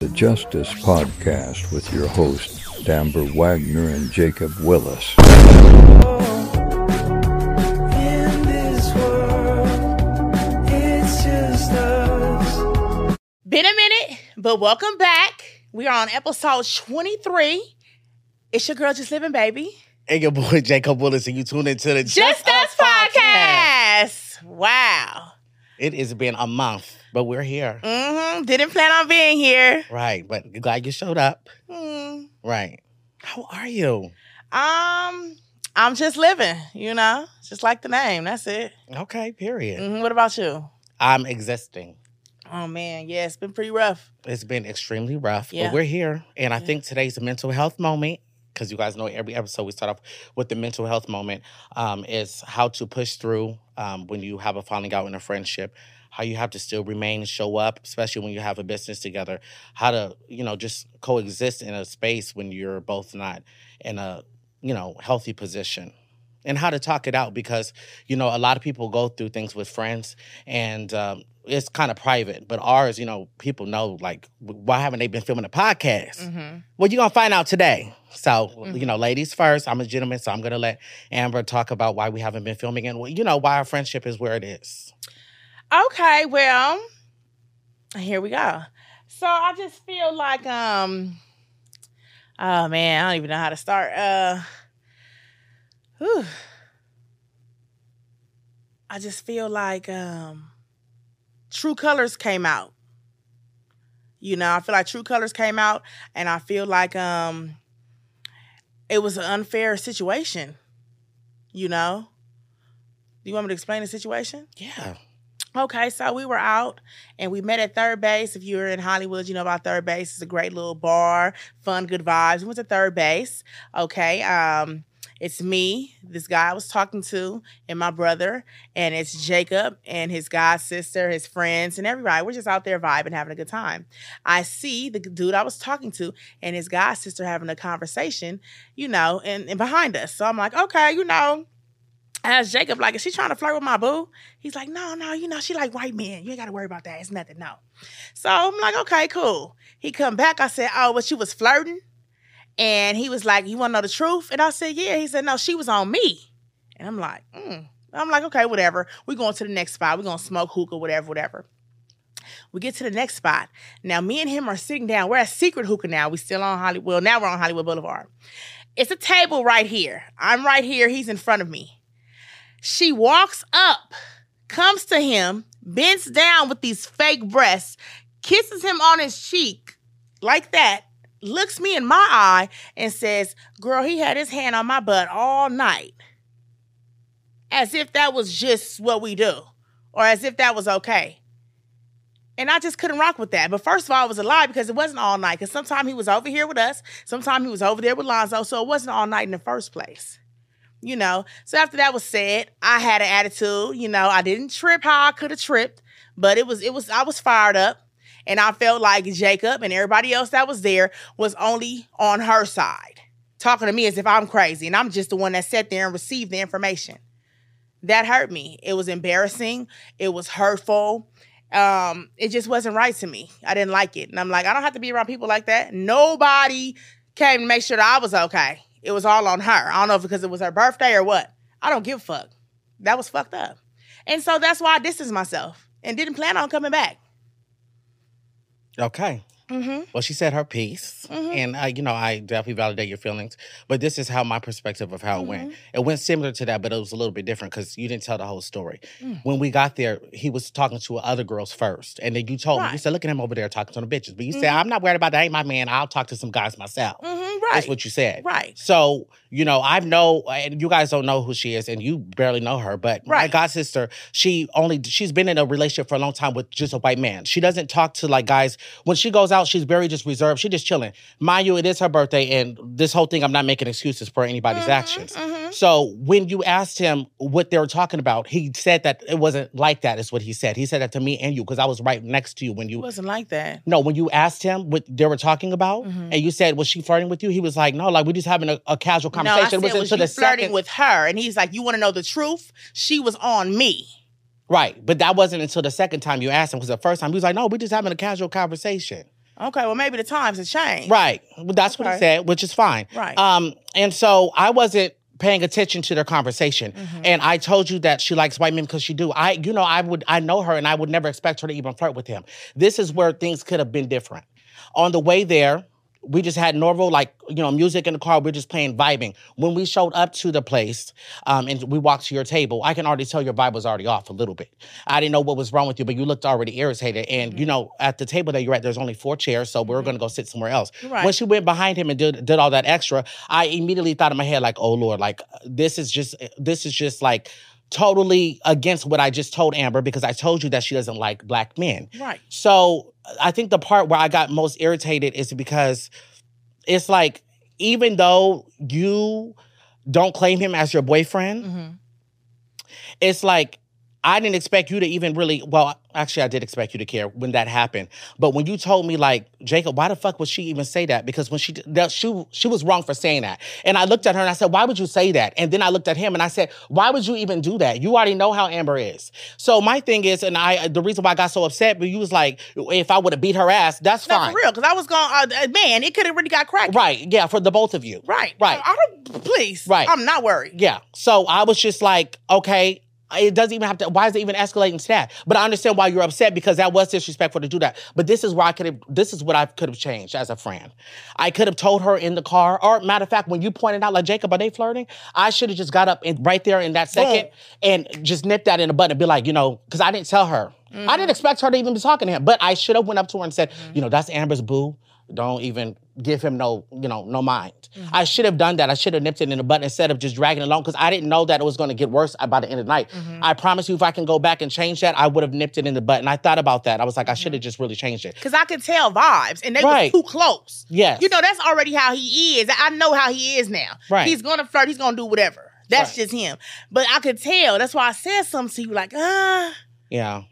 The Justice Podcast with your hosts, Amber Wagner and Jacob Willis. in this world. It's just us. Been a minute, but welcome back. We are on episode 23. It's your girl Just Living Baby. and your boy Jacob Willis, and you tune into the Just, Us podcast. Wow. It has been a month, but we're here. hmm Didn't plan on being here. Right, but glad you showed up. Hmm. Right. How are you? Um, I'm just living, you know, just like the name. That's it. Okay, period. hmm What about you? I'm existing. Oh man, yeah, it's been pretty rough. It's been extremely rough, Yeah. but we're here. And I Yeah. think today's a mental health moment. Because you guys know every episode we start off with the mental health moment um, is how to push through um, when you have a falling out in a friendship, how you have to still remain, show up, especially when you have a business together, how to, you know, just coexist in a space when you're both not in a, you know, healthy position. And how to talk it out because, you know, a lot of people go through things with friends and um, it's kind of private. But ours, you know, people know, like, w- why haven't they been filming a podcast? hmm Well, you're gonna find out today. So, you know, ladies first. I'm a gentleman, so I'm gonna let Amber talk about why we haven't been filming and well, you know why our friendship is where it is. Okay, well, here we go. So I just feel like um oh man, I don't even know how to start. Uh whew. I just feel like um True Colors came out. You know, I feel like True Colors came out and I feel like um it was an unfair situation. You know? Do you want me to explain the situation? Yeah. Okay, so we were out and we met at Third Base. If you're in Hollywood, you know about Third Base. It's a great little bar, fun, good vibes. We went to Third Base. Okay, um, it's me, this guy I was talking to, and my brother, and it's Jacob and his god sister, his friends, and everybody. We're just out there vibing, having a good time. I see the dude I was talking to and his god sister having a conversation, you know, and, and behind us. So I'm like, okay, you know. I asked Jacob, like, is she trying to flirt with my boo? He's like, no, no, you know, she like white men. You ain't gotta worry about that. It's nothing, no. So I'm like, okay, cool. He come back. I said, oh, but she was flirting. And he was like, you wanna know the truth? And I said, yeah. He said, no, she was on me. And I'm like, mm. I'm like, okay, whatever. We're going to the next spot. We're gonna smoke hookah, whatever, whatever. We get to the next spot. Now, me and him are sitting down. We're at Secret Hookah now. We still on Hollywood. Well, now we're on Hollywood Boulevard. It's a table right here. I'm right here. He's in front of me. She walks up, comes to him, bends down with these fake breasts, kisses him on his cheek like that, looks me in my eye, and says, Girl, he had his hand on my butt all night. As if that was just what we do, or as if that was okay. And I just couldn't rock with that. But first of all, it was a lie because it wasn't all night. Because sometimes he was over here with us, sometimes he was over there with Lonzo. So it wasn't all night in the first place you know. So after that was said, I had an attitude, you know. I didn't trip how I could have tripped, but it was it was I was fired up and I felt like Jacob and everybody else that was there was only on her side, talking to me as if I'm crazy and I'm just the one that sat there and received the information. That hurt me. It was embarrassing, it was hurtful. Um, it just wasn't right to me. I didn't like it. And I'm like, I don't have to be around people like that. Nobody came to make sure that I was okay. It was all on her. I don't know if because it was her birthday or what. I don't give a fuck. That was fucked up. And so that's why I distanced myself and didn't plan on coming back. Okay. Mm-hmm. Well, she said her piece, and I, you know, I definitely validate your feelings. But this is how my perspective of how it went. Mm-hmm. It went similar to that, but it was a little bit different because you didn't tell the whole story. Mm. When we got there, he was talking to other girls first, and then you told me, you Right. said, "Look at him over there talking to the bitches." But you said, "I'm not worried about that. Ain't my man. I'll talk to some guys myself." Mm-hmm. Right. That's what you said. Right. So, you know, I know and you guys don't know who she is and you barely know her, but my Right. god sister, she only she's been in a relationship for a long time with just a white man. She doesn't talk to like guys. When she goes out, she's very just reserved. She just chilling. Mind you, it is her birthday and this whole thing I'm not making excuses for Mm-hmm, anybody's actions. So, when you asked him what they were talking about, he said that it wasn't like that is what he said. He said that to me and you cuz I was right next to you when it you wasn't like that. no, when you asked him what they were talking about, Mm-hmm. and you said, "Was she flirting with you?" He was like, "No, like we just having a, a casual No, I conversation." said, It wasn't was to you the flirting second- with her? And he's like, you want to know the truth? She was on me. right? But that wasn't until the second time you asked him because the first time he was like, "No, we just having a casual conversation." Okay, well maybe the times have changed. Right. Well, that's what Okay. he said, which is fine. Right. Um, and so I wasn't paying attention to their conversation. Mm-hmm. And I told you that she likes white men because she do. I, you know, I would I know her and I would never expect her to even flirt with him. This is where things could have been different. On the way there, we just had normal like you know music in the car. We're just playing vibing. When we showed up to the place, um, and we walked to your table, I can already tell your vibe was already off a little bit. I didn't know what was wrong with you, but you looked already irritated. Mm-hmm. And you know, at the table that you're at, there's only four chairs, so we are gonna go sit somewhere else. Right. When she went behind him and did did all that extra, I immediately thought in my head like, oh lord, like this is just uh, this is just like totally against what I just told Amber because I told you that she doesn't like black men. Right. So uh, I think the part where I got most irritated is because it's like even though you don't claim him as your boyfriend, Mhm. it's like I didn't expect you to even really. Well, actually, I did expect you to care when that happened. But when you told me, like Jacob, why the fuck would she even say that? Because when she that she she was wrong for saying that. And I looked at her and I said, why would you say that? And then I looked at him and I said, why would you even do that? You already know how Amber is. So my thing is, and I the reason why I got so upset, but you was like, if I would have beat her ass, that's No, fine. for real, because I was going. Uh, man, it could have really got cracked. Right? Yeah, for the both of you. Right. Right. I don't. Please. Right. I'm not worried. Yeah. So I was just like, okay, it doesn't even have to. Why is it even escalating to that? But I understand why you're upset because that was disrespectful to do that. But this is where I could have. This is what I could have changed as a friend. I could have told her in the car, or matter of fact, when you pointed out, like Jacob, are they flirting? I should have just got up and right there in that second and just nipped that in the butt and be like, you know, because I didn't tell her. I didn't expect her to even be talking to him. But I should have went up to her and said, you know, that's Amber's boo don't even give him no, you know, no mind. Mm-hmm. I should have done that. I should have nipped it in the butt instead of just dragging it along because I didn't know that it was going to get worse uh, by the end of the night. Mm-hmm. I promise you, if I can go back and change that, I would have nipped it in the butt. And I thought about that. I was like, I Mm-hmm. should have just really changed it. Because I could tell vibes, and they Right. were too close. Yes. You know, that's already how he is. I know how he is now. Right. He's gonna flirt. He's gonna do whatever. That's Right. just him. But I could tell. That's why I said something to you, like, ah. yeah.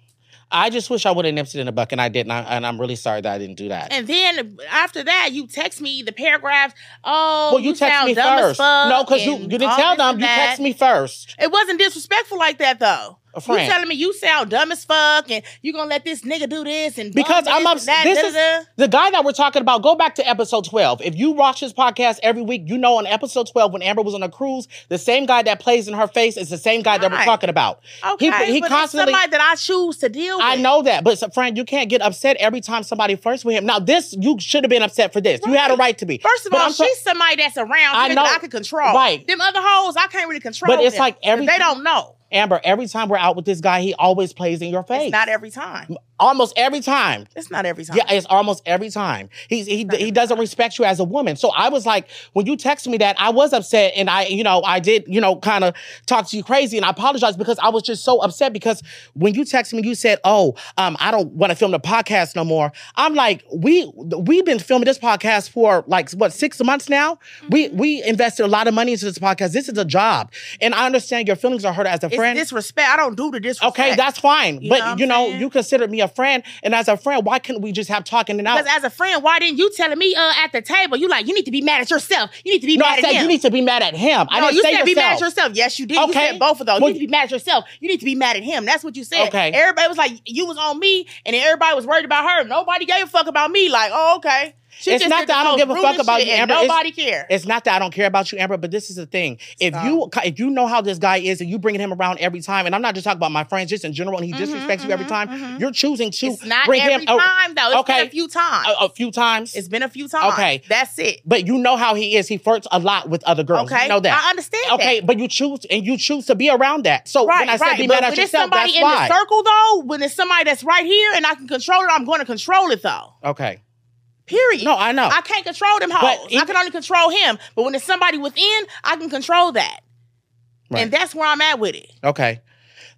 I just wish I would have nipped it in the butt, and I didn't. I- and I'm really sorry that I didn't do that. And then after that, you text me the paragraphs. Oh, well, you, text sound me dumb as first. fuck No, because you, and you didn't all tell this and them. You that. text me first. It wasn't disrespectful like that though. A You friend. telling me you sound dumb as fuck and you gonna let this nigga do this and bum Because this I'm and upset. that, This da, is da, da. the guy that we're talking about. Go back to episode 12. If you watch this podcast every week, you know on episode 12 when Amber was on a cruise, the same guy that plays in her face is the same guy that we're Right. talking about. okay. he, he but it's constantly. somebody that I choose to deal with. I know that, but so, friend, you can't get upset every time somebody first with him. Now, this you should have been upset for this. You had a right to be. First of But all, I'm so- she's somebody that's around I here know. that I can control. Right. Them other hoes, I can't really control. But it's them. like every- they don't know. Amber. Every time we're out with this guy, he always plays in your face. It's not every time. Almost every time. It's not every time. Yeah, it's almost every time. He's, he he doesn't respect you as a woman. So I was like, when you texted me that, I was upset, and I you know I did you know kind of talk to you crazy, and I apologize because I was just so upset because when you texted me, you said, "Oh, um, I don't want to film the podcast no more." I'm like, we we've been filming this podcast for like what six months now. We Mm-hmm. we invested a lot of money into this podcast. This is a job, and I understand your feelings are hurt as a it's friend. disrespect. I don't do the disrespect. Okay, that's fine. You know but what I'm you know, saying? you considered me a friend, and as a friend, why couldn't we just have talking and out? because as a friend, why didn't you telling me uh, at the table? You like you need to be mad at yourself. You need to be No, mad I at said him. you need to be mad at him. I no, didn't you say said yourself. be mad at yourself. Yes, you did. You Okay. said both of those. Well, you need to be mad at yourself. You need to be mad at him. That's what you said. Okay. Everybody was like, you was on me, and then everybody was worried about her. Nobody gave a fuck about me. Like, oh, okay. She It's just not did that the I don't most give a fuck rudest about shit, you, and Amber. It's- Nobody cares. It's not that I don't care about you, Amber, but this is the thing. If you if you know how this guy is and you bringing him around every time, and I'm not just talking about my friends, just in general, and he disrespects you every time, you're choosing to Mm-hmm, It's not bring every him a- time though. It's okay. been a few times. a, a few times. it's been a few times. Okay. That's it. but you know how he is. He flirts a lot with other girls. Okay. You know that. I understand Okay, that. but you choose and you choose to be around that. So Right, when I said right. be but mad at when it's yourself, somebody that's in why. the circle though, when it's somebody that's right here and I can control it, I'm going to control it though. okay. Period. No, I know. I can't control them hoes. Oh. But I even- can only control him. But when it's somebody within, I can control that. Right. And that's where I'm at with it. Okay.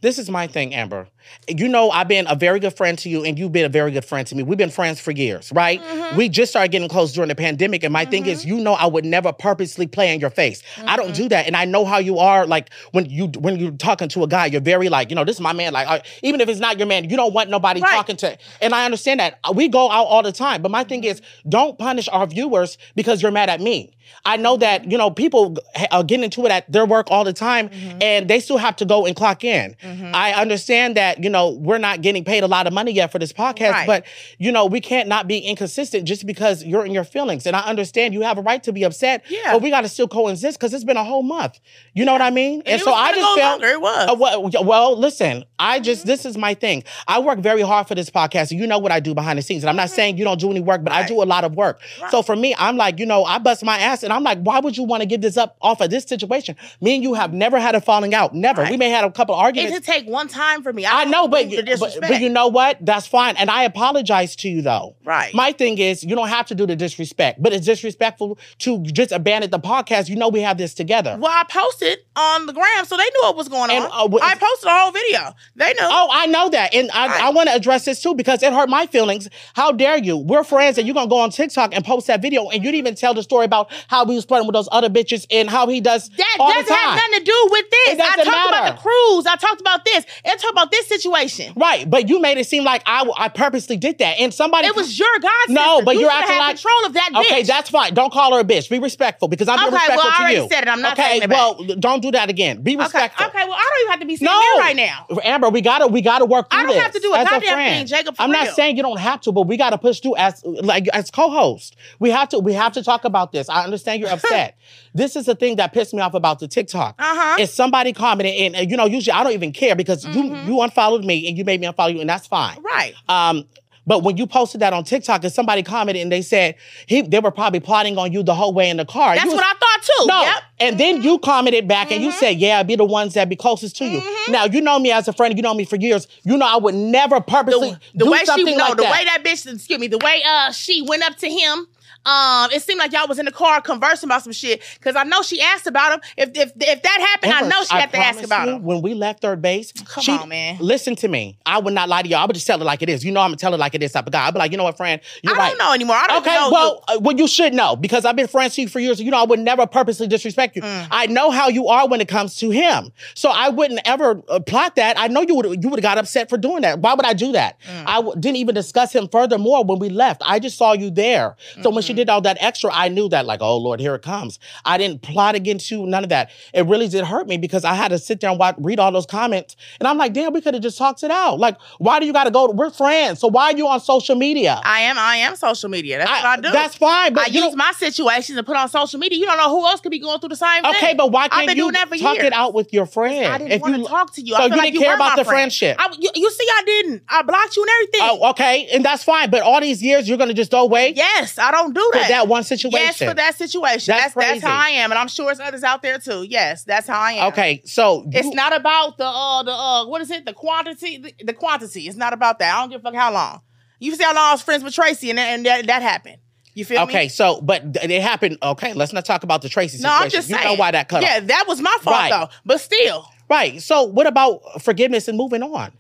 This is my thing, Amber. You know, I've been a very good friend to you, and you've been a very good friend to me. We've been friends for years, right? We just started getting close during the pandemic. And my thing is, you know, I would never purposely play in your face. I don't do that. And I know how you are. Like when you when you're talking to a guy, you're very like, you know, this is my man. Like, I- even if it's not your man, you don't want nobody Right. talking to. And I understand that. We go out all the time. But my thing is, don't punish our viewers because you're mad at me. I know that, you know, people ha- Mm-hmm. uh, are getting into it at their work all the time and they still have to go and clock in. I understand that that, you know, we're not getting paid a lot of money yet for this podcast, Right. but, you know, we can't not be inconsistent just because you're in your feelings. And I understand you have a right to be upset, Yeah. but we got to still coexist because it's been a whole month. You know what I mean? And, And it so was I gonna just go felt. longer. It was. Uh, well, y- well, listen, I Mm-hmm. just, this is my thing. I work very hard for this podcast. and You know what I do behind the scenes. And I'm not saying you don't do any work, but Mm-hmm. I Right. do a lot of work. Right. So for me, I'm like, you know, I bust my ass and I'm like, why would you want to give this up off of this situation? Me and you have never had a falling out. Never. We Mm-hmm. Right. may have had a couple It arguments. could take one time for me. I don't know, but, believe the but disrespect. but you know what? That's fine, and I apologize to you though. Right. My thing is, you don't have to do the disrespect, but it's disrespectful to just abandon the podcast. You know, we have this together. Well, I posted on the gram, so they knew what was going And, on. uh, what- I posted a whole video. They knew. Oh, I know that. And I, I, Right. want to address this too because it hurt my feelings. How dare you? We're friends and you're going to go on TikTok and post that video and you didn't even tell the story about how we was flirting with those other bitches and how he does that all the doesn't time. have nothing to do with this. It doesn't I talked matter. about the cruise. I talked about this. And talked about this situation. right. But you made it seem like I, I purposely did that. And somebody. It was your God. No, sister. but You you're should acting have like- control of that bitch. Okay, that's fine. Don't call her a bitch. Be respectful because I'm being Okay, well, respectful I to already you. said it. I'm not okay, taking it back. well, don't do that again. Be Okay. respectful. Okay. Well, I don't even have to be sitting No, here right now. Amber, we gotta we gotta work through I don't this have to do a as goddamn friend. thing, Jacob, for I'm not real. saying you don't have to, but we gotta push through as like as co-host. We have to we have to talk about this. I understand you're upset. this is the thing that pissed me off about the TikTok. Uh-huh. Is somebody commented and, and, you know usually I don't even care because you you unfollowed me and you made me unfollow you and that's fine. Mm-hmm. Right. Um, but when you posted that on TikTok and somebody commented and they said he they were probably plotting on you the whole way in the car. That's You was- what I thought too. no. Yep. Mm-hmm. And then you commented back and you said, Yeah, be the ones that be closest to you. Now, you know me as a friend, you know me for years. You know I would never purposely Mm-hmm. the, the do way she something no, like the that. way that bitch, excuse me, the way uh she went up to him. Um, it seemed like y'all was in the car conversing about some shit. Cause I know she asked about him. If if if that happened, I Amber, know she had to ask promise about you, him. When we left third base, Come she- on, man. Listen to me. I would not lie to y'all. I would just tell it like it is. You know I'm gonna tell it like it is type of guy. I'd be like, you know what, friend? You're I right. don't know anymore. I don't Okay, know. well, uh, well, you should know because I've been friends to you for years. You know, I would never purposely disrespect you. Mm. I know how you are when it comes to him, so I wouldn't ever uh, plot that. I know you would you would have got upset for doing that. Why would I do that? Mm. I w- didn't even discuss him furthermore when we left. I just saw you there. So when Mm-hmm. she did all that extra, I knew that like, oh Lord, here it comes. I didn't plot against you, none of that. It really did hurt me because I had to sit there and watch, read all those comments, and I'm like, damn, we could have just talked it out. Like, why do you got to go? We're friends, so why are you on social media? I am I am social media. That's what I do. That's fine, but I you use don't- my situation to put on social media. You don't know who else could be going through the same thing. Okay, but why I've can't been you doing that for talk years. it out with your friend? I didn't want to talk to you. I So feel you like didn't you care were my about the friend. friendship. I, you, you see, I didn't. I blocked you and everything. Oh, okay, and that's fine. But all these years, you're gonna just go away yes, I don't do for that. that one situation. Yes, for that situation. That's that's, That's crazy. how I am, and I'm sure it's others out there too. Yes, that's how I am. Okay, so It's you- not about the uh the uh what is it the quantity the, the quantity. It's not about that. I don't give a fuck how long. You see how long I was friends with Tracy, and that, and that, that happened. You feel me? Okay, so but th- it happened. Okay, let's not talk about the Tracy No, situation. I'm just you saying. know why that cut Yeah, off, that was my fault Right. though. But still, right? So what about forgiveness and moving on?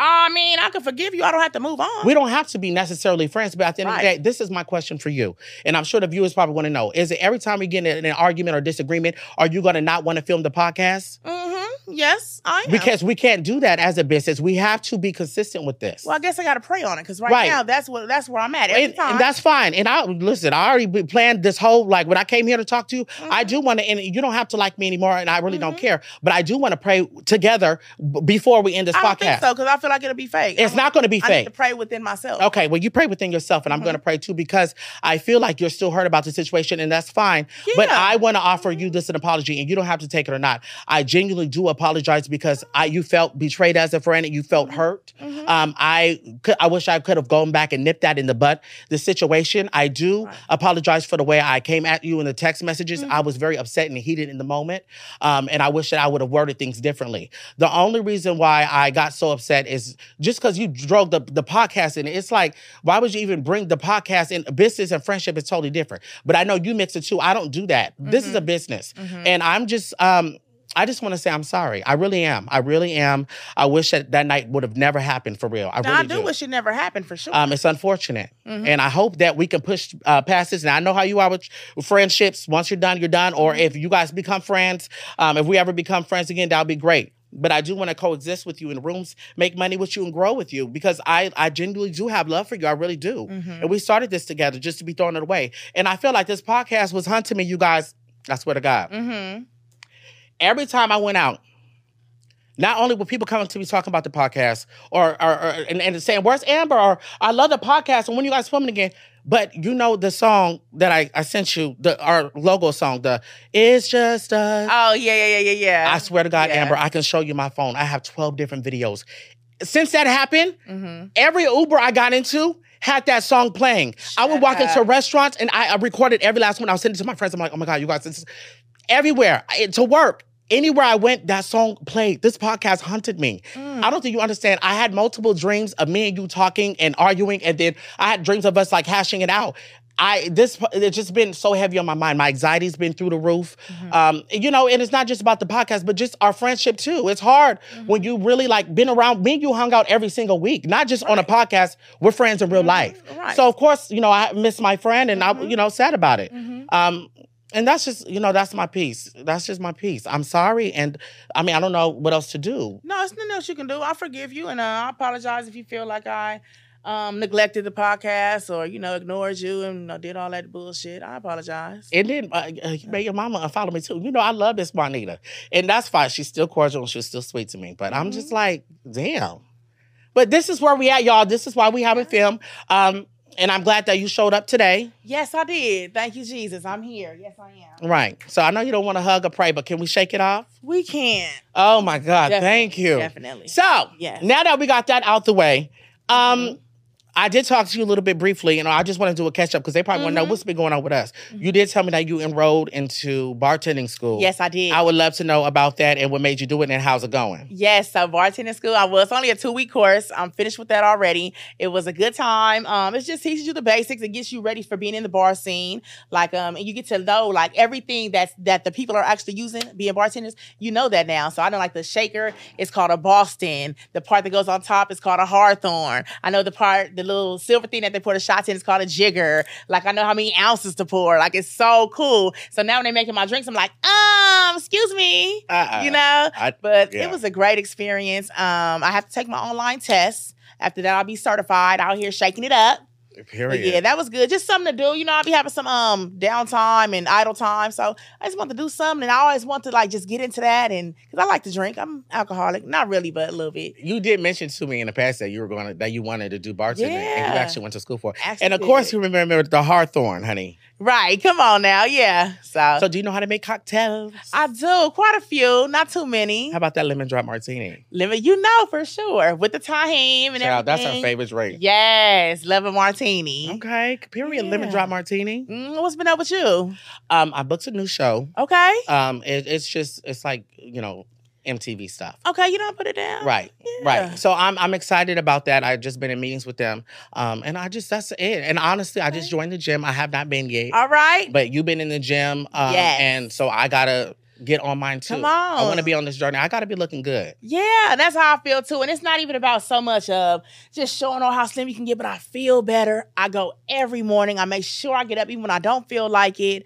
I mean, I can forgive you. I don't have to move on. We don't have to be necessarily friends, but at the end of the Right. day, this is my question for you. And I'm sure the viewers probably want to know is it every time we get in an argument or disagreement, are you going to not want to film the podcast? Mm-hmm. Yes, I am. Because we can't do that as a business. We have to be consistent with this. well, I guess I got to pray on it because right, Right. now that's what that's where I'm at. Every and, time. and that's fine. And I listen. I already be- planned this whole like when I came here to talk to you. I Mm-hmm. do want to, and you don't have to like me anymore, and I really don't care. But I do want to pray together b- before we end this I don't podcast. think so because I feel like it'll be fake. It's not going to be I need fake. to pray within myself. Okay, well, you pray within yourself, and I'm going to pray too because I feel like you're still hurt about the situation, and that's fine. But Yeah. I want to offer you this an apology, and you don't have to take it or not. I genuinely do apologize because I you felt betrayed as a friend, and you felt hurt. Um, I could, I wish I could have gone back and nipped that in the butt. The situation, I do apologize for the way I came at you in the text messages. I was very upset and heated in the moment, um, and I wish that I would have worded things differently. The only reason why I got so upset is just because you drove the, the podcast in. It's like, why would you even bring the podcast in? Business and friendship is totally different. But I know you mix it too. I don't do that. This is a business. And I'm just, um, I just want to say I'm sorry. I really am. I really am. I wish that that night would have never happened for real. I Now, really I do, wish it never happened for sure. um, it's unfortunate, and I hope that we can push uh, past this. And I know how you are with friendships. Once you're done, you're done. Or if you guys become friends, um, if we ever become friends again, that'll be great. But I do want to coexist with you in rooms, make money with you, and grow with you because I I genuinely do have love for you. I really do. And we started this together just to be throwing it away. And I feel like this podcast was hunting me, you guys. I swear to God. mm-hmm. Every time I went out, Not only will people come up to me talking about the podcast or, or, or and, and saying, Where's Amber? or I love the podcast and when you guys filming again. But you know the song that I, I sent you, the our logo song, the It's Just Us. Oh yeah, yeah, yeah, yeah, yeah. I swear to God, Yeah. Amber, I can show you my phone. I have 12 different videos. Since that happened, Mm-hmm. every Uber I got into had that song playing. I would Shut walk into up. restaurants and I, I recorded every last one. I was sending it to my friends. I'm like, oh my God, you guys, this is everywhere I- to work. Anywhere I went, that song played. This podcast haunted me. I don't think you understand. I had multiple dreams of me and you talking and arguing, and then I had dreams of us like hashing it out. I this po- it's just been so heavy on my mind. My anxiety's been through the roof. Um, you know, and it's not just about the podcast, but just our friendship too. It's hard when you really like been around. Me and you hung out every single week, not just on a podcast. We're friends in real life. right. So of course, you know, I miss my friend, and I you know sad about it. Um, and that's just you know that's my piece. That's just my piece. I'm sorry, and I mean I don't know what else to do. No, it's nothing else you can do. I forgive you, and uh, I apologize if you feel like I um, neglected the podcast or you know ignored you and you know, did all that bullshit. I apologize. And then uh, uh, you made your mama unfollow me too. You know, I love this Juanita. And that's fine. She's still cordial and she's still sweet to me. But I'm just like, damn. But this is where we at, y'all. This is why we haven't filmed. Um, and I'm glad that you showed up today. yes, I did. Thank you, Jesus. I'm here. Yes, I am. Right. So I know you don't want to hug or pray, but can we shake it off? We can. Oh my God. Definitely, Thank you. Definitely. So Yes. Mm-hmm. now that we got that out the way, um, I did talk to you a little bit briefly, and I just want to do a catch up because they probably want to Mm-hmm. know what's been going on with us. You did tell me that you enrolled into bartending school. yes, I did. I would love to know about that and what made you do it and how's it going. Yes, so bartending school. I was only a two week course. I'm finished with that already. It was a good time. Um, it just teaches you the basics. It gets you ready for being in the bar scene. Like um, and you get to know like everything that's that the people are actually using being bartenders. You know that now. So I know like the shaker is called a Boston. The part that goes on top is called a Hawthorn. I know the part, the little silver thing that they pour the shots in is called a jigger. Like I know how many ounces to pour. Like it's so cool. So now when they're making my drinks, I'm like, um, excuse me. Uh-uh. You know, I- but yeah. it was a great experience. Um, I have to take my online test. After that, I'll be certified out here shaking it up. But Period. yeah, that was good. Just something to do. You know, I'll be having some um downtime and idle time. So I just want to do something. And I always want to like just get into that. And because I like to drink, I'm alcoholic. Not really, but a little bit. you did mention to me in the past that you were going to, that you wanted to do bartending and Yeah. you actually went to school for it. Actually And of course, did. you remember the Hawthorne, honey. Right. Come on now. Yeah. So, So, do you know how to make cocktails? Uh, I do quite a few, not too many. how about that lemon drop martini? Lemon, you know for sure. With the tahim and Child, that's everything. our favorite drink. Yes. Love a martini. Okay, period. Lemon Yeah. drop martini. Mm, what's been up with you? Um, I booked a new show. Okay. Um, it, it's just it's like you know MTV stuff. Okay, you don't put it down. Right, Oh, Yeah. right. So I'm I'm excited about that. I've just been in meetings with them, um, and I just that's it. And honestly, I just Okay. joined the gym. I have not been yet, All right. but you've been in the gym, um, Yes. and so I gotta get on mine too. Come I want to on. be on this journey. I gotta be looking good. yeah, and that's how I feel too. And it's not even about so much of just showing off how slim you can get, but I feel better. I go every morning. I make sure I get up even when I don't feel like it.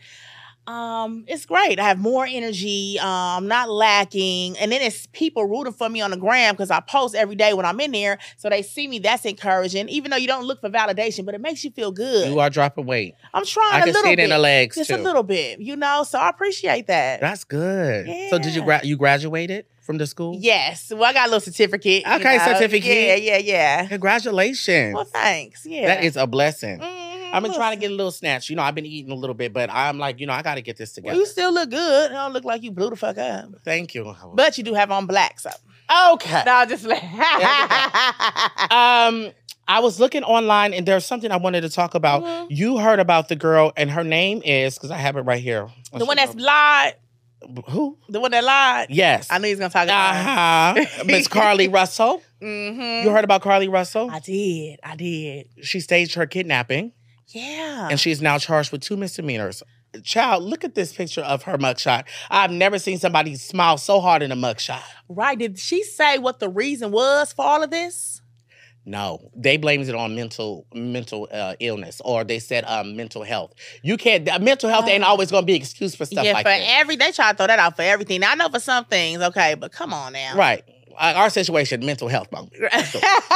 Um, it's great. I have more energy. Um, not lacking. And then it's people rooting for me on the gram because I post every day when I'm in there. So they see me. That's encouraging. Even though you don't look for validation, but it makes you feel good. You are dropping weight. I'm trying I a can little see it bit. in the legs just too. a little bit, you know. So I appreciate that. That's good. So did you Yeah. gra- you graduated from the school? Yes. Well, I got a little certificate. you Okay, know. certificate. Yeah, yeah, yeah. Congratulations. Well, thanks. Yeah. That is a blessing. Mhm, I've been trying to listen. get a little snatch. You know, I've been eating a little bit, but I'm like, you know, I got to get this Well, together. you still look good. You don't look like you blew the fuck up. Thank you. But you do have on black, so. okay. No, just like. Um, I was looking online, and there's something I wanted to talk about. Mhm. You heard about the girl, and her name is because I have it right here. the one that's lied. who? The one that lied. Yes. I knew he was going to talk about her. Uh huh. Miss Carly Russell. Mm-hmm. You heard about Carly Russell? I Uh-huh. did. I did. She staged her kidnapping. Yeah. and she's now charged with two misdemeanors. Child, look at this picture of her mugshot. I've never seen somebody smile so hard in a mugshot. right. Did she say what the reason was for all of this? No, they blames it on mental mental uh, illness, or they said um, mental health. You can't. uh, Mental health ain't always gonna be an excuse for stuff Oh. yeah, like for that. every they try to throw that out for everything. Now, I know for some things, okay, but come on now. right. uh, our situation, mental health moment.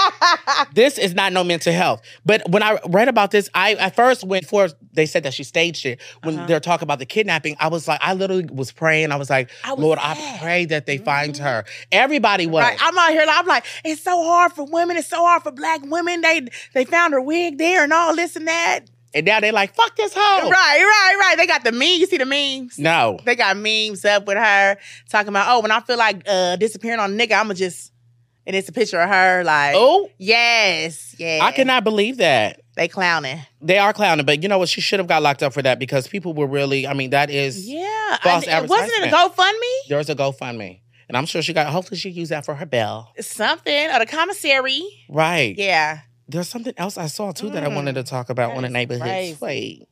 this is not no mental health. But when I read about this, I at first went before they said that she staged it. When Uh-huh. they're talking about the kidnapping, I was like, I literally was praying. I was like, I was Lord, I sad. pray that they find her. Everybody was. Right. I'm out here. I'm like, it's so hard for women. It's so hard for black women. They they found her wig there and all this and that. and now they're like, fuck this hoe. Right, right, right. They got the meme. You see the memes? No. They got memes up with her talking about, oh, when I feel like uh, disappearing on a nigga, I'ma just and it's a picture of her like Oh, Yes, yeah. I cannot believe that. They clowning. They are clowning, but you know what? She should have got locked up for that because people were really, I mean, that is, Yeah. I- False wasn't it a advertisement. GoFundMe? there's a GoFundMe. And I'm sure she got, hopefully she used that for her bill. Something or the commissary. Right. Yeah. Mm. There's something else I saw too that I wanted to talk about that on the is neighborhood. crazy. Wait.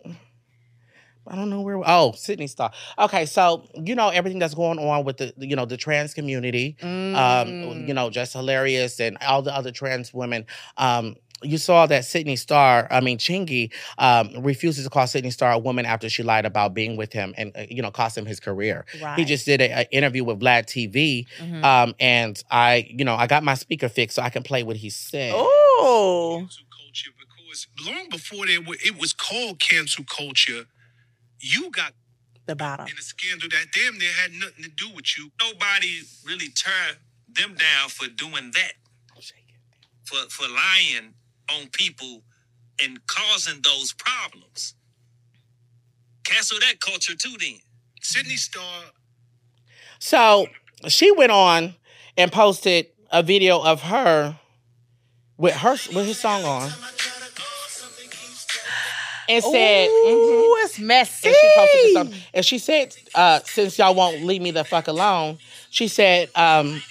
I don't know where. Oh, Sydney Star. Okay, so you know everything that's going on with the you know the trans community. Um, Mm. you know, just hilarious and all the other trans women. Um, you saw that Sydney Star, I mean Chingy, um, refuses to call Sydney Star a woman after she lied about being with him and uh, you know cost him his career. He Right. just did an interview with Vlad TV, Mhm. um, and I you know I got my speaker fixed so I can play what he said. Oh. Ooh. cancel culture because long before there were, it was called cancel culture, you got The bottom. in a scandal that damn near had nothing to do with you. Nobody really turned them down for doing that, for, for lying on people and causing those problems. Cancel that culture too then. Sydney Star So she went on and posted a video of her with her with his song on, and said, mhm. Ooh, it's messy. and she posted this on, and she said, uh, "Since y'all won't leave me the fuck alone," she said, um,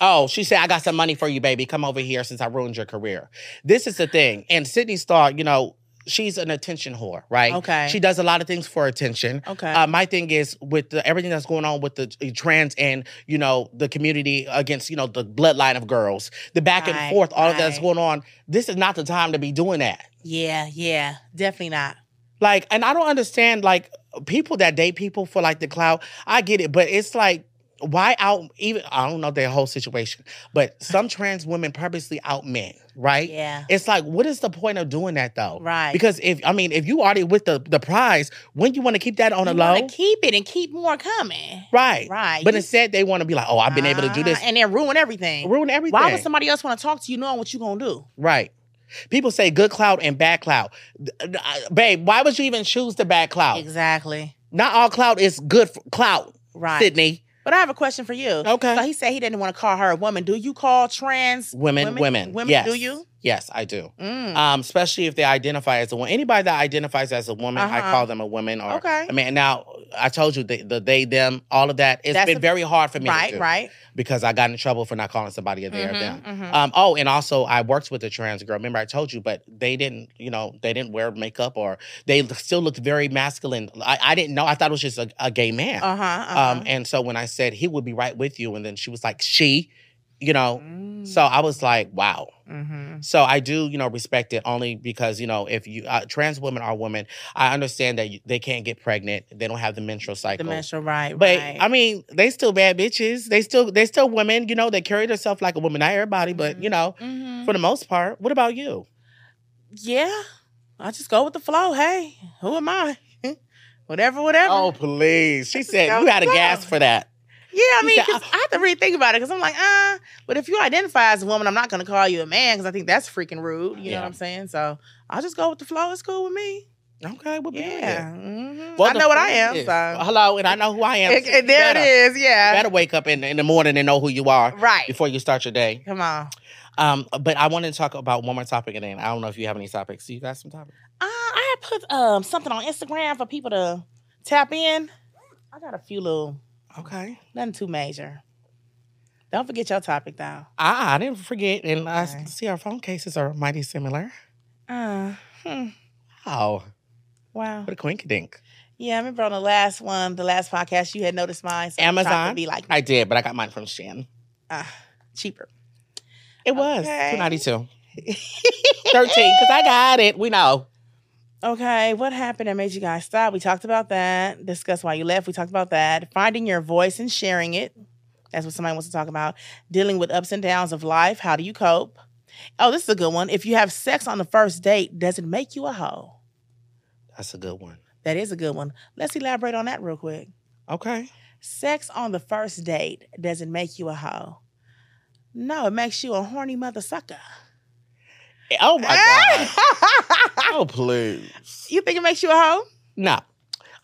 "Oh, she said I got some money for you, baby. Come over here since I ruined your career." This is the thing, and Sydney Starr, you know. She's an attention whore, right? Okay. She does a lot of things for attention. Okay. Uh, my thing is with the, everything that's going on with the t- trans and you know the community against you know the bloodline of girls, the back Right, and forth, all of that's right. going on. This is not the time to be doing that. Yeah, yeah. Definitely not. Like, and I don't understand like people that date people for like the clout. I get it, but it's like why out even I don't know their whole situation, but some trans women purposely out men, right? Yeah. It's like, what is the point of doing that though? Right. Because if I mean, if you already with the the prize, when you want to keep that on a You low, wanna keep it and keep more coming. right? Right. But You- instead, they want to be like, oh, I've been able to do Ah, this, And then ruin everything. ruin everything. Why would somebody else want to talk to you knowing what you gonna do? Right. People say good clout and bad clout. Th- uh, Babe, why would you even choose the bad clout? Exactly. Not all clout is good f clout, Right. Sydney. But I have a question for you. Okay. So he said he didn't want to call her a woman. Do you call trans Women, women, women? Women, Yes. do you? Yes, I do. Mm. Um, especially if they identify as a woman. Anybody that identifies as a woman, I Uh-huh. call them a woman. Or, Okay. I mean, now I told you the, the they, them, all of that. It's That's been a- very hard for me, to Right, do right. because I got in trouble for not calling somebody a they or Mhm, them. mhm. Um, oh, and also I worked with a trans girl. Remember I told you, but they didn't, you know, they didn't wear makeup or they l- still looked very masculine. I, I didn't know. I thought it was just a, a gay man. Uh huh. Uh-huh. Um, and so when I said he would be right with you, and then she was like, she, you know. Mm, So I was like, wow. mhm. So I do, you know, respect it only because, you know, if you uh, trans women are women, I understand that you, they can't get pregnant. They don't have the menstrual The cycle. menstrual right. But right. I mean, they still bad bitches. They still they still women. You know, they carry themselves like a woman. Not everybody, but you know, Mhm. for the most part. What about you? yeah, I just go with the flow. Hey, who am I? whatever, whatever. Oh, please! She said That you was had a gas fun. for that. Yeah, I You mean, said, 'cause I have to really think about it because I'm like, ah. But if you identify as a woman, I'm not going to call you a man because I think that's freaking rude. You know Yeah. what I'm saying? So I'll just go with the flow. It's cool with me. Okay, well, Yeah. yeah. mhm. I know what I am. So hello, and I know who I am. And- and there Better- it is. you Yeah. Better wake up in, in the morning and know who you are Right. before you start your day. Come on. Um, but I wanted to talk about one more topic, and then I don't know if you have any topics. Do you got some topics? Uh, I had put um, something on Instagram for people to tap in. I got a few little, Okay. nothing too major. Don't forget your topic though. I, I didn't forget, and I s- Okay. see our phone cases are mighty similar. Uh, hmm. Oh, Wow. what a coincidence. Yeah, I remember on the last one, the last podcast, you had noticed mine. So I tried to Amazon? be like I did, but I got mine from Shan. uh, cheaper. It was Okay. two ninety two. Thirteen, because I got it. We know. Okay, what happened that made you guys stop? We talked about that. Discuss why you left. We talked about that. Finding your voice and sharing it. That's what somebody wants to talk about. Dealing with ups and downs of life. How do you cope? Oh, this is a good one. If you have sex on the first date, does it make you a hoe? That's a good one. That is a good one. Let's elaborate on that real quick. Okay. Sex on the first date doesn't make you a hoe. No, it makes you a horny mother sucker. Oh my god. Oh please. you think it makes you a hoe? No.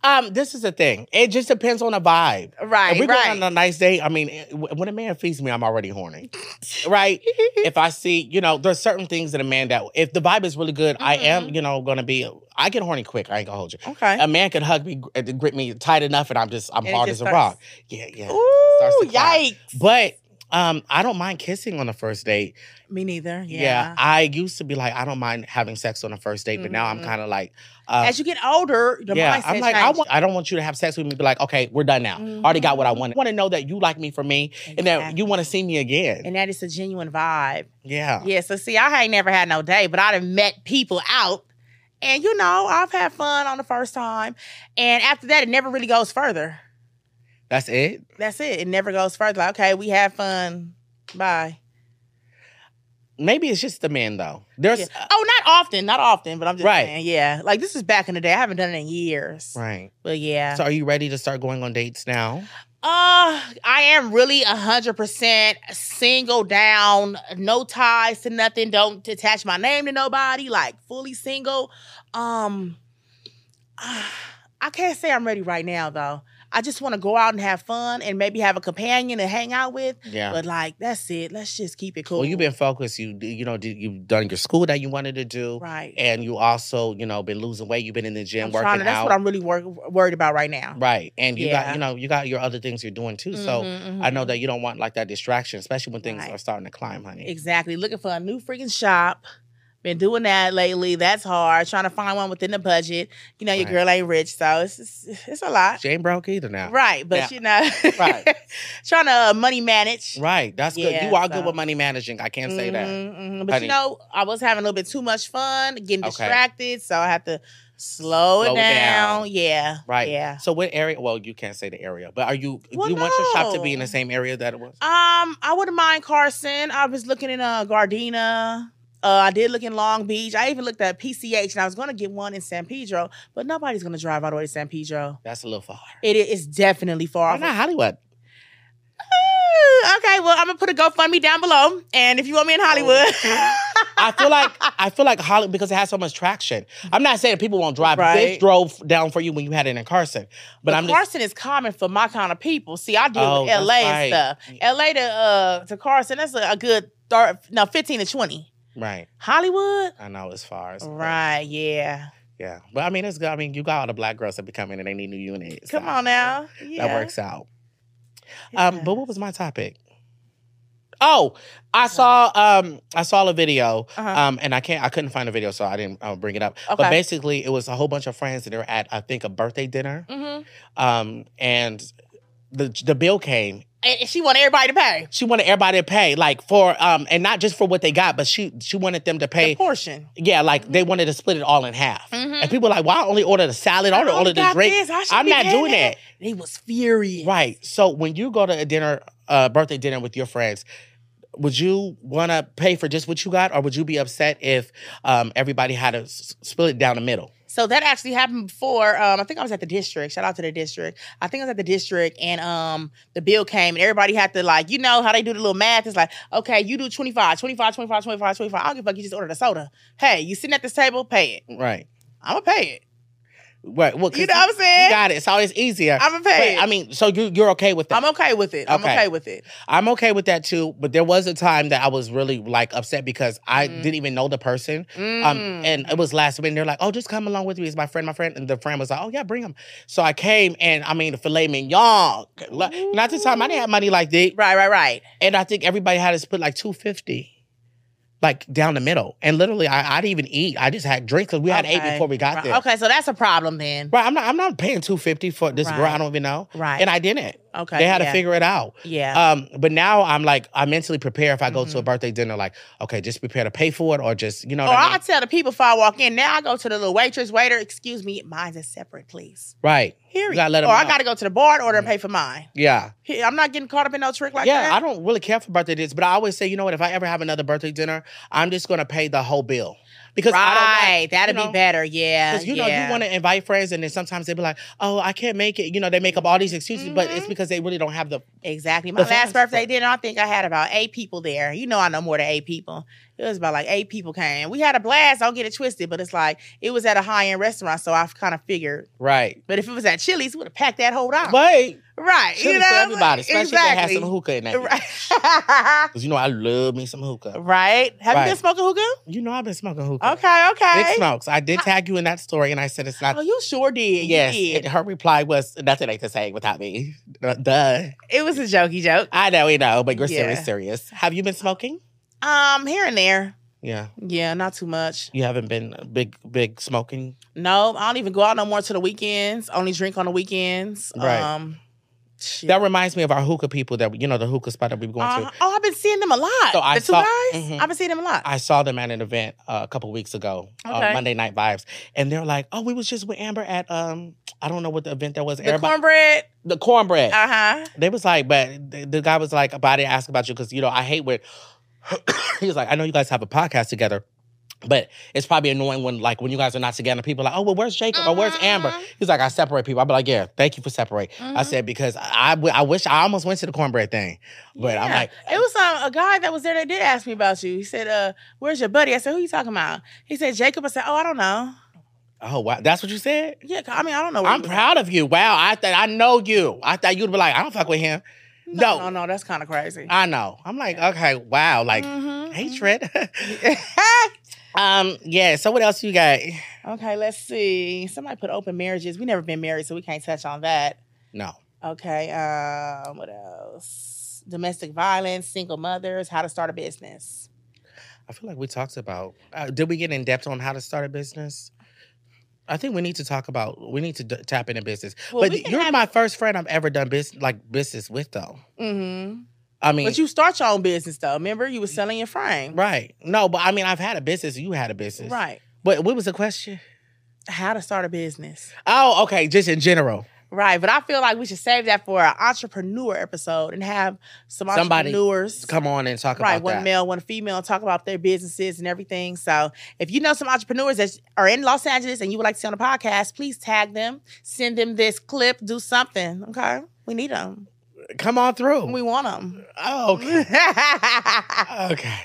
Um, this is the thing. It just depends on the vibe. Right, if we right. going on a nice day, I mean, it- w- when a man feeds me, I'm already horny, right? if I see, you know, there's certain things that a man that if the vibe is really good, I am, you know, gonna be. I get horny quick. I ain't gonna hold you. Mm-hmm. okay. A man could hug me, gr- uh, grip me tight enough, and I'm just, I'm And it hard just as a starts- rock. Yeah, yeah. starts Ooh, to cry. yikes. But um, I don't mind kissing on the first date. Me neither. Yeah. Yeah. I used to be like, I don't mind having sex on the first date, but now I'm Mhm. kind of like, uh, As you get older, the yeah, mindset I'm like, I, changes. want, I don't want you to have sex with me. Be like, okay, we're done now. Already got what I Mhm. wanted. want to know that you like me for me, and that Exactly. you want to see Uh. me again. and that is a genuine vibe. yeah. Yeah, so see, I ain't never had no day, but I'd have met people out. And you know, I've had fun on the first time. And after that, it never really goes further. that's it. That's it. It never goes further. Like, okay, we had fun. Bye. Maybe it's just the man though. There's Yeah. Oh, not often, not often, but I'm just Right. saying, yeah. Like this is back in the day. I haven't done it in years. right. But yeah. So are you ready to start going on dates now? Uh, I am really a hundred percent single down, no ties to nothing. Don't attach my name to nobody. Like fully single. Um, ah, I can't say I'm ready right now though. I just want to go out and have fun and maybe have a companion to hang out with. Yeah. But like, that's it. Let's just keep it cool. well, you've been focused. You you know did- you've done your school that you wanted to do, right. and you also you know been losing weight. You've been in the gym I'm working trying to, that's out. what I'm really wor- worried about right now. Right. And you got, Yeah. you know, you got your other things you're doing too. So Mhm, mhm. I know that you don't want like that distraction, especially when things Right. are starting to climb, honey. Exactly. Looking for a new freaking shop. Been doing that lately. That's hard. Trying to find one within the budget. You know, your Right. girl ain't rich, so it's it's, it's a lot. She ain't broke either now. Right. Right, but Now- you know, Right. trying to uh, money manage. That's good. Yeah, You are good so- with money managing. I can't say that. Mhm, mhm. But Honey. you know, I was having a little bit too much fun, getting Okay. distracted, so I have to slow, Slow it it down. down. Yeah, Right. Yeah. So what area? Well, you can't say the area, but are you Well, you want your shop to be in no. the same area that it was? Um, I wouldn't mind Carson. I was looking in uh Gardena. Uh, I did look in Long Beach. I even looked at PCH, and I was gonna get one in San Pedro, but nobody's gonna drive all the way to San Pedro. That's a little far. It is definitely far. Why off. not Hollywood? Ooh, Okay, well, I'm gonna put a GoFundMe down below, and if you want me in Oh. Hollywood, I feel like I feel like Hollywood because it has so much traction. I'm not saying that people won't drive. This Right. drove down for you when you had it in Carson, but, but I'm just Carson is common for my kind of people. See, I deal Oh, with LA and that's stuff. LA to uh to Carson, that's a, a good thir- no, fifteen to twenty. right. Hollywood, I know it's far. It's far. right? Yeah, Yeah, but I mean, it's good. I mean, you got all the black girls that be coming and they need new units. come so on now, That Yeah. works out. Um, Yeah. but what was my topic? Oh, I saw um I saw a video Uh-huh. um and I can't I couldn't find a video so I didn't uh, bring it up. But Okay. basically, it was a whole bunch of friends that were at I think a birthday dinner. Mm-hmm. Um, and the the bill came. And she wanted everybody to pay She wanted everybody to pay like for um and not just for what they got, but she she wanted them to the Mm-hmm. pay. portion. Yeah, like they wanted to split it all in half. Mhm. And people were like, "Why I only ordered a salad? I only only ordered the got drink." this. Oh, I shouldn't I'm be not paying doing that. They was furious. Right. So when you go to a dinner, uh, birthday dinner with your friends, would you want to pay for just what you got, or would you be upset if um, everybody had to s- split it down the middle? So that actually happened before. Um, I think I was at the district. Shout out to the district. I think I was at the district, and um, the bill came, and everybody had to like, you know how they do the little math. It's like, okay, you do 25, 25, 25, 25, 25. I don't give a fuck. You just ordered a soda. Hey, you sitting at this table, pay it. Right. I'm gonna pay it. Right. Well, 'cause You know what I'm you saying? got it. It's always easier. I'm gonna pay But, it. I mean, so you you're okay with that? I'm okay with it. I'm Okay. okay with it. I'm okay with that too. But there was a time that I was really like upset because I Mm. didn't even know the person. Um, Mm. and it was last minute. They're like, "Oh, just come along with me. It's my friend, my friend." And the friend was like, "Oh yeah, bring him." So I came, and I mean, the filet mignon. li- Not the time I didn't have money like that, right, right, right. and I think everybody had to put like two fifty, like down the middle. And literally, I, I didn't even eat. I just had drinks because we had eight Okay. before we got Right. there. Okay, so that's a problem then. Right? I'm not. I'm not paying two fifty for this girl. Right. I don't even know. Right. And I didn't. Okay. They had yeah. to figure it out. Yeah. Um, but now I'm like, I mentally prepare if I go to a Mhm. birthday dinner, like, okay, just prepare to pay for it or just, you know or what I mean? I'll tell the people before Oh, I walk in. Now I go to the little waitress, waiter, excuse me, mine's is separate, please. right. Period. gotta let 'em or I know. got to go to the bar and order and Yeah. pay for mine. Yeah. He- I'm not getting caught up in no trick like yeah. that. I don't really care for birthday dinners, but I always say, you know what? If I ever have another birthday dinner, I'm just going to pay the whole bill. Because I don't want- Right. That'd you be know, better. Yeah. Because you know yeah. you want to invite friends, and then sometimes they be like, "Oh, I can't make it." You know, they make up all these excuses, but it's Mhm. because they really don't have the. Exactly. My last The fast birthday food. dinner, I think I had about eight people there. You know, I know more than eight people. It was about like eight people came. We had a blast. Don't get it twisted, but it's like it was at a high end restaurant, so I've kind of figured. Right. But if it was at Chili's, we would have packed that whole down. Wait. right. Chili you know, for everybody, especially if they exactly. have some hookah in that. Right. Right. Cause you know I love me some hookah. right. Have you been Right. smoking hookah? You know I've been smoking hookah. Okay. Okay. Big smokes. I did tag you in that story, and I said it's not. Oh, you sure did. You yes. did. and her reply was nothing ain't the same without me. Duh. It was a jokey joke. I know, we know, but you're Yeah. serious, serious. Have you been smoking? Um, here and there. Yeah. Yeah, not too much. You haven't been a big, big smoking. No, I don't even go out no more to the weekends. Only drink on the weekends. Right. Um, shit. That reminds me of our hookah people that we- you know the hookah spot that we were going to. Uh, oh, I've been seeing them a lot. So the I two saw- guys, Mhm. I've been seeing them a lot. I saw them at an event uh, a couple weeks ago, Okay. uh, Monday Night Vibes, and they're like, "Oh, we was just with Amber at um, I don't know what the event that was. the Everybody, cornbread. the cornbread. Uh huh. they was like, but the, the guy was like, "But I didn't ask about you because you know I hate when he was like, I know you guys have a podcast together." But it's probably annoying when, like, when you guys are not together, people are like, oh, well, where's Jacob or where's Amber? Mhm. He's like, I separate people. I'd be like, yeah, thank you for separate. I Mm-hmm. said because I, I w- I wish I almost went to the cornbread thing, but I'm like, Mm-hmm. it was um, a guy that was there that did ask me about you. He said, "Uh, where's your buddy?" I said, "Who you talking about?" He said, "Jacob." I said, "Oh, I don't know." oh wow, that's what you said. Yeah, 'cause- I mean, I don't know. where I'm he Oh, was- proud of you. Wow, I thought I know you. I thought you'd be like, I don't fuck with him. No, No, no, no, that's kind of crazy. I know. I'm like, okay, wow, like Mhm. hatred. um, yeah. So what else you got? okay, let's see. Somebody put open marriages. We never been married, so we can't touch on that. No, Okay. Um, what else? Domestic violence, single mothers, how to start a business. I feel like we talked about. Uh, did we get in depth on how to start a business? I think we need to talk about. We need to d- tap into business. Well, we but can you're have- my first friend I've ever done business like business with though. Mm-hmm. I mean, But you start your own business though. Remember, you were selling your frame. right? No, but I mean, I've had a business. You had a business, Right. But what was the question? How to start a business. Oh, okay, just in general. Right. But I feel like we should save that for an entrepreneur episode and have some Somebody entrepreneurs. Come on and talk Right, about one that. male, one female, talk about their businesses and everything. So, if you know some entrepreneurs that are in Los Angeles and you would like to see on the podcast, please tag them, send them this clip, do something. Okay, we need them, Come on through. we want them. Oh, okay. right, okay.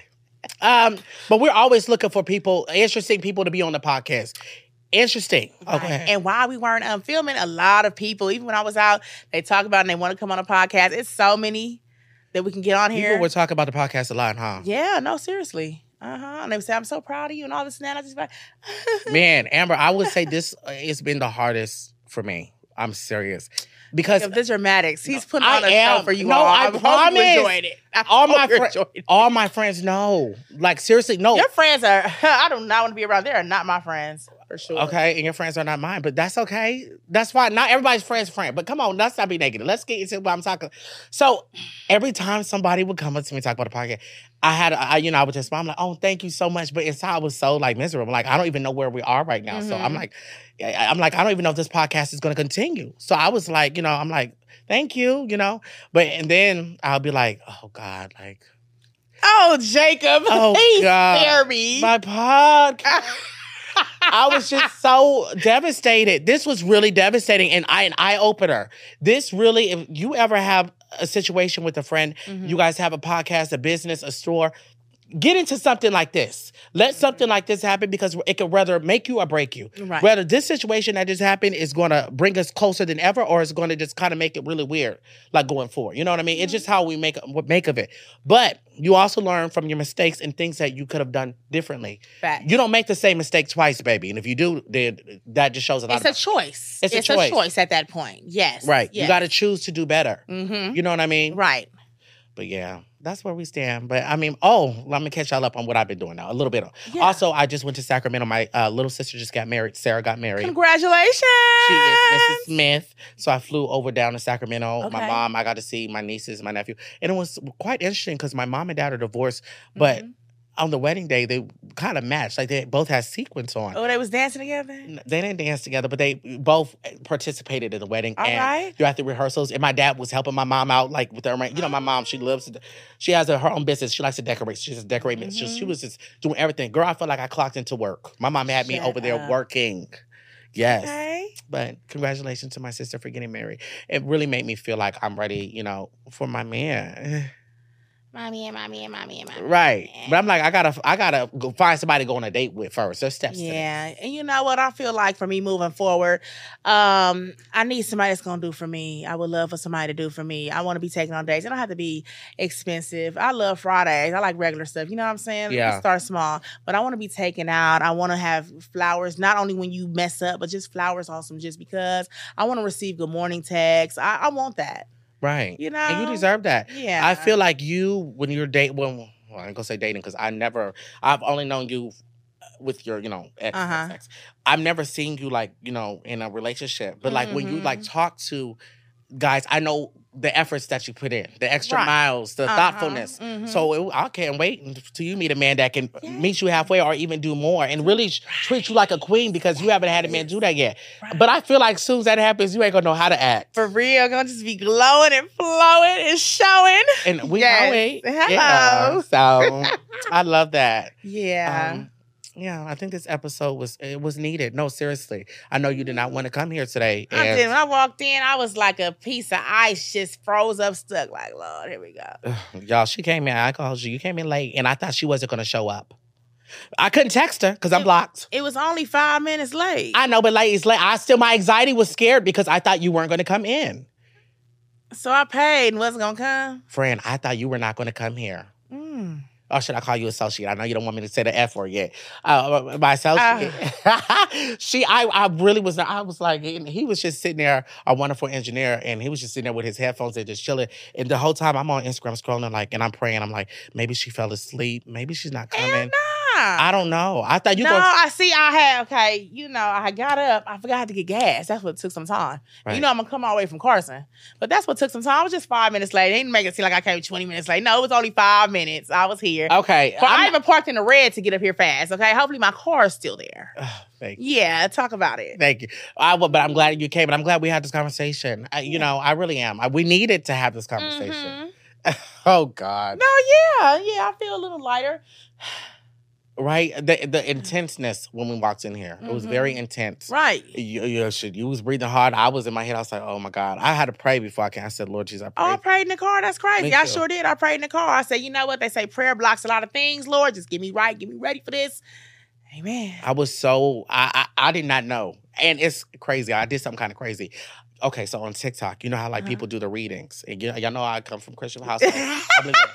Um, but we're always looking for people, interesting people to be on the podcast. Interesting. Okay. And while we weren't um, filming, a lot of people, even when I was out, they talk about it and they want to come on a podcast. It's so many that we can get on here. People were talking about the podcast a lot, huh? yeah, no, seriously. Uh huh. And they say, "I'm so proud of you," and all this and that. I just like, Man, Amber, I would say this uh, it's been the hardest for me. I'm serious. Because of the dramatics. He's putting I on a show am. for you No, all. I hope you promise. enjoyed it. I all hope my you fri- enjoyed it. all my friends know. Like seriously, no. Your friends are. I do not want to be around. They are not my friends for sure. Okay, and your friends are not mine, but that's okay. That's fine. Not everybody's friend's friend, but come on, let's not be negative. Let's get into what I'm talking. So every time somebody would come up to me and talk about the podcast, I had, I, you know, I would just, I'm like, oh, thank you so much. But inside, I was so like miserable. Like, I don't even know where we are right now. So I'm Mhm. like, I- I'm like, I don't even know if this podcast is going to continue. So I was like, you know, I'm like, thank you, you know. But, and then I'll be like, oh God, like, Oh Jacob. Oh, please God. spare me. my podcast. I was just so devastated. This was really devastating and I an eye opener. This really, if you ever have a situation with a friend, Mhm. you guys have a podcast, a business, a store, get into something like this. Mm-hmm. Let something like this happen because it could rather make you or break you. Right. Whether this situation that just happened is going to bring us closer than ever, or it's going to just kind of make it really weird, like going forward. You know what I mean? It's Mm-hmm. just how we make what make of it. But you also learn from your mistakes and things that you could have done differently. Fact. You don't make the same mistake twice, baby. And if you do, then that just shows a lot. it's a about- choice. It's a choice. at that point. Yes. right. Yes. You got to choose to do better. Mm-hmm. You know what I mean? Right. But yeah, that's where we stand. But I mean, oh, let me catch y'all up on what I've been doing now. A little bit. Yeah. Also, I just went to Sacramento. My uh, little sister just got married. Sarah got married. Congratulations. She is Mrs. Smith. So I flew over down to Sacramento. Okay. My mom, I got to see my nieces, my nephew. And it was quite interesting because my mom and dad are divorced, but Mhm. on the wedding day, they kind of matched. Like they both had sequins on. Oh, they was dancing together? N- They didn't dance together, but they both participated in the wedding. All and right. throughout the rehearsals, and my dad was helping my mom out, like with her. You know, my mom, she loves, to, she has her own business. She likes to decorate. She just decorate. She, she Mhm. was just doing everything. Girl, I felt like I clocked into work. My mom had me Shut over there up. working. Yes Okay. but congratulations to my sister for getting married. It really made me feel like I'm ready, you know, for my man. Mommy and mommy and mommy and mommy. Right. But I'm like, I gotta, I gotta go find somebody to go on a date with first. There's steps. To that. Yeah, and you know what? I feel like for me moving forward, um, I need somebody that's gonna do for me. I would love for somebody to do for me. I want to be taken on dates. It don't have to be expensive. I love Fridays. I like regular stuff. You know what I'm saying? Yeah. Start small, but I want to be taken out. I want to have flowers, not only when you mess up, but just flowers awesome, just because. I want to receive good morning texts. I, I want that. Right. You know, And you deserve that. Yeah, I feel like you when you're dating. Well, well, I ain't gonna say dating because I never. I've only known you uh, with your, you know, ex. ex, Uh-huh. ex. I've never seen you like, you know, in a relationship. But like when you like Mhm. talk to guys, I know the efforts that you put in, the extra Right. miles, the Uh-huh. thoughtfulness. Mhm. So it, I can't wait until you meet a man that can uh, Yes. meet you halfway or even do more and really sh- treat you like a queen because you haven't had a man do that yet. Right. But I feel like soon as that happens, you ain't gonna know how to act. for real, gonna just be glowing and flowing and showing. and we Yes. know it. Hello. Yeah, so I love that. Yeah. Um, yeah, I think this episode was it was needed. No, seriously. I know you did not want to come here today. I and- did. When I walked in, I was like a piece of ice, just froze up, stuck. Like, Lord, here we Uh, go. Y'all, she came in. I called you. You came in late, and I thought she wasn't gonna show up. I couldn't text her because I'm It- blocked. It was only five minutes late. I know, but like it's like I still my anxiety was scared because I thought you weren't gonna come in. so I paid and wasn't gonna come. Friend, I thought you were not gonna come here. Mm. Or Oh, should I call you associate? I know you don't want me to say the F word yet. Uh, my associate. Ah. she, I, I really was not. I was like, and he was just sitting there, a wonderful engineer, and he was just sitting there with his headphones and just chilling. And the whole time I'm on Instagram scrolling, like, and I'm praying. I'm like, maybe she fell asleep. Maybe she's not coming. And nah. I don't know. I thought you Ah, no, gonna. I see. I had okay. You know, I got up. I forgot to get gas. That's what took some time. Right. You know, I'm gonna come all the way from Carson, but that's what took some time. I was just five minutes late. They didn't make it seem like I came 20 minutes late. No, it was only five minutes. I was here. Okay. But I Uh, I'm- even parked in the red to get up here fast. Okay, hopefully my car is still there. Ugh, thank you. Yeah, talk about it. Thank you. I will, but I'm glad you came, and I'm glad we had this conversation. I, you know, I really am. I, we needed to have this conversation. Mhm. Oh God. No, yeah, yeah, I feel a little lighter. right? The the intenseness when we walked in here, it was very intense. Mm-hmm. Right. You, you, shit, you was breathing hard. I was in my head. I was like, oh my god. I had to pray before I came. I said, Lord Jesus, I pray. Oh, I prayed in the car. That's Me crazy. I too. sure did. I prayed in the car. I said, you know what? They say prayer blocks a lot of things. Lord, just get me right. Get me ready for this. Amen. I was so I, I I did not know, and it's crazy. I did something kind of crazy. Okay, so on TikTok, you know how like Uh-huh. people do the readings, and you, y'all know I come from Christian household. I, believe in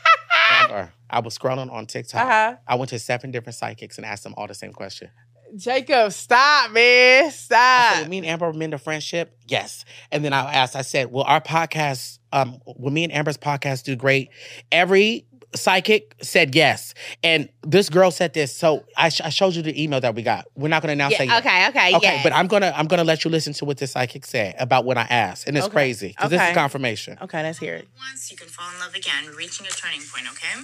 Amber, I was scrolling on TikTok. Uh-huh. I went to seven different psychics and asked them all the same question. Jacob, stop, man. I said, Stop. "Will me and Amber mend a friendship? Yes. And then I asked, I said, Will our podcast, um, will me and Amber's podcast do great? Every psychic said yes. And this girl said this. So I, sh- I showed you the email that we got. We're not gonna announce Yeah, that yet. okay, okay, Okay, yes. but I'm gonna I'm gonna let you listen to what this psychic said about what I asked. And it's Okay. crazy. Because this is Okay. Oh, confirmation. Okay, let's hear it. once, you can fall in love again, reaching a turning point, okay?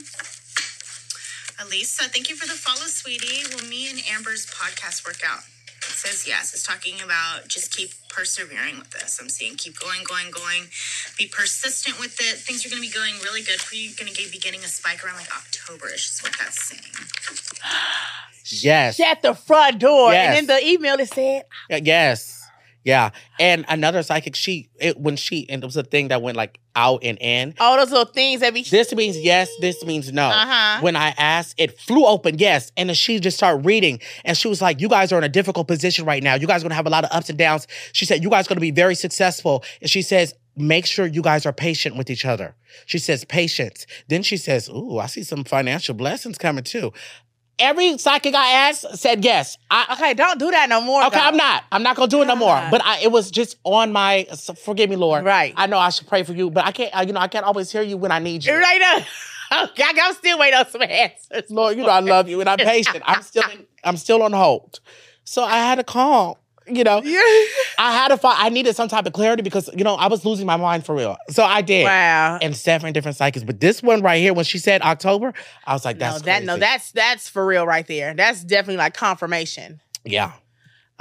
Elisa, thank you for the follow, sweetie. Will me and Amber's podcast work out? It says yes. It's talking about just keep persevering with this. I'm seeing keep going, going, going. Be persistent with it. Things are going to be going really good for you. You're going to be getting a spike around like Octoberish, is what that's saying. Yes. Shut the front door. Yes. And in the email it said, Uh, Yes. Yeah. And another psychic, she it, when she and it was a thing that went like out and in. all those little things that be This means yes, this means no. Uh-huh. When I asked, it flew open, yes. And then she just started reading. And she was like, You guys are in a difficult position right now. You guys are gonna have a lot of ups and downs. She said, You guys are gonna be very successful. And she says, Make sure you guys are patient with each other. She says, Patience. Then she says, Ooh, I see some financial blessings coming too. every psychic I asked said yes. I, Okay, don't do that no more. okay, though. I'm not. I'm not gonna do it no more. God. But I, it was just on my. So forgive me, Lord. Right. I know I should pray for you, but I can't. I, you know, I can't always hear you when I need you. Right now. Okay, I'm still waiting on some answers. Lord, you know I love you, and I'm patient. I'm still. In, I'm still on hold. So I had to call. You know, Yeah. I had to find. I needed some type of clarity because you know I was losing my mind for real. So I did. Wow. And seven different psychics, but this one right here, when she said October, I was like, "That's no, that no, crazy. that's that's for real right there. That's definitely like confirmation. yeah."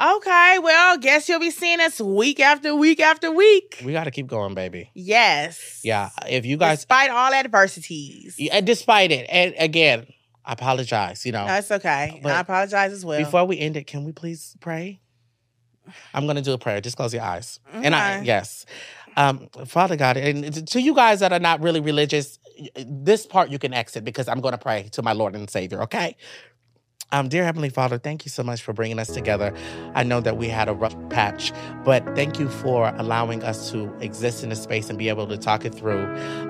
Okay, well, guess you'll be seeing us week after week after week. We got to keep going, baby. Yes. Yeah, if you guys, Despite all adversities. Yeah, and despite it, and again, I apologize. You know, No, it's okay. But I apologize as well. before we end it, can we please pray? I'm gonna do a prayer. Just close your eyes, and I Okay. yes, um, Father God, and to you guys that are not really religious, this part you can exit because I'm gonna pray to my Lord and Savior. Okay. Um, dear Heavenly Father, thank you so much for bringing us together. I know that we had a rough patch, but thank you for allowing us to exist in this space and be able to talk it through.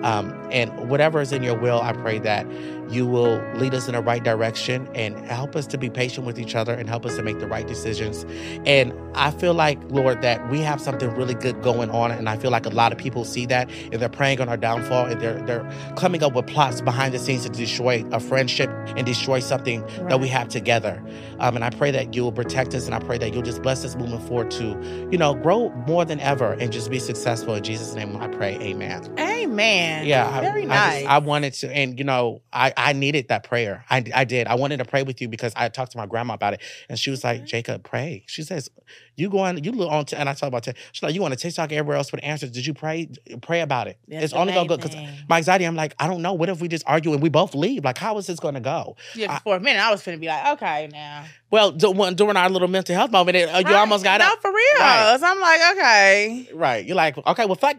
Um, and whatever is in your will, I pray that you will lead us in the right direction and help us to be patient with each other and help us to make the right decisions. And I feel like, Lord, that we have something really good going on. And I feel like a lot of people see that and they're praying on our downfall and they're, they're coming up with plots behind the scenes to destroy a friendship and destroy something that we have together. Um, and I pray that you will protect us and I pray that you'll just bless us moving forward to, you know, grow more than ever and just be successful. In Jesus' name, I pray. Amen. Amen. Yeah, I- Very I, nice. just- I, wanted to, and you know, I I needed that prayer. I I did. I wanted to pray with you because I talked to my grandma about it, and she was Mm-hmm. like, "Jacob, pray." She says, "You go on, you look on," t-, and I talked about it. She's like, "You on to TikTok everywhere else with answers? Did you pray? Pray about it. That's it's only gonna go the because main thing. my anxiety. I'm like, I don't know. What if we just argue and we both leave? Like, how is this gonna go? Yeah, I- for a minute, I was finna be like, okay, now. Well, d- when- during our little mental health moment, it, uh, you Right. almost got no, up. for real. Right. So I'm like, okay. Right, you're like, okay, well, fuck,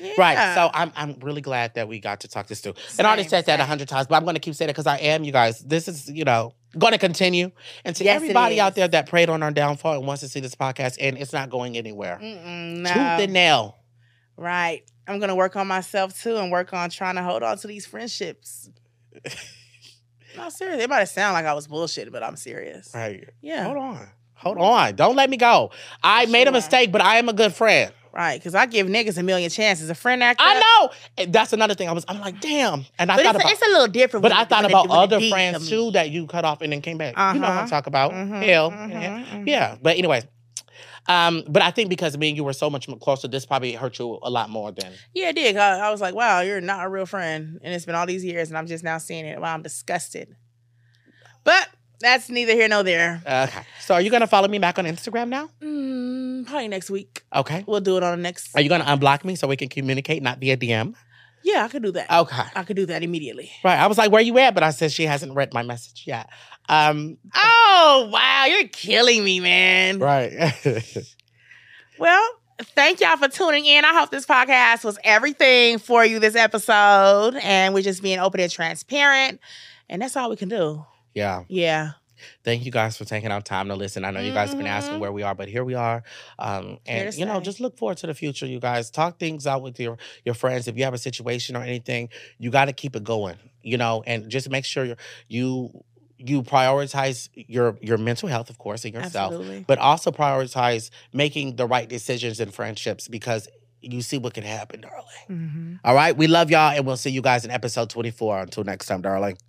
Yeah. Right. So I'm I'm really glad that we got to talk this through. and I already Same, said that a same. hundred times, but I'm gonna keep saying it because I am, you guys. This is, you know, gonna continue. And to Yes, it everybody out is. there that prayed on our downfall and wants to see this podcast, and it's not going anywhere. Mm-mm, Tooth no. and nail. Right. I'm gonna work on myself too and work on trying to hold on to these friendships. no, seriously. It might sound like I was bullshit, but I'm serious. Right. Yeah. Hold on. Hold on. Don't let me go. I For made a sure. mistake, but I am a good friend. Right. Cause I give niggas a million chances. A friend act. I up, know. And that's another thing. I was I'm like, damn. And I But thought it's, about a, it's a little different. but when I it- thought when it- about when it other deep friends comes. too that you cut off and then came back. You know what I'm Uh-huh. talking about. Mhm, Hell. mhm, mhm. Yeah, but anyway, um, but I think because me and you were so much more closer, this probably hurt you a lot more than Yeah, it did. I, I was like, wow, you're not a real friend. And it's been all these years, and I'm just now seeing it. Wow, I'm disgusted. But that's neither here nor there. okay. uh, So are you gonna follow me back on Instagram now? Mm, probably next week. Okay. We'll do it on the next. Are you gonna unblock me so we can communicate, not via DM? yeah, I could do that. Okay. I could do that immediately. Right. I was like, where you at? But I said she hasn't read my message yet. Um Oh, wow. You're killing me, man. Right. Well, thank y'all for tuning in. I hope this podcast was everything for you this episode. And we're just being open and transparent. And that's all we can do. yeah. Yeah. Thank you guys for taking out time to listen. I know you guys have been asking Mhm. where we are, but here we are. Um, Here and to you know, stay. just look forward to the future, you guys. Talk things out with your your friends. If you have a situation or anything, you got to keep it going. You know, and just make sure you you you prioritize your your mental health, of course, and yourself, Absolutely. but also prioritize making the right decisions in friendships because you see what can happen, darling. Mhm. All right, we love y'all, and we'll see you guys in episode twenty four. Until next time, darling.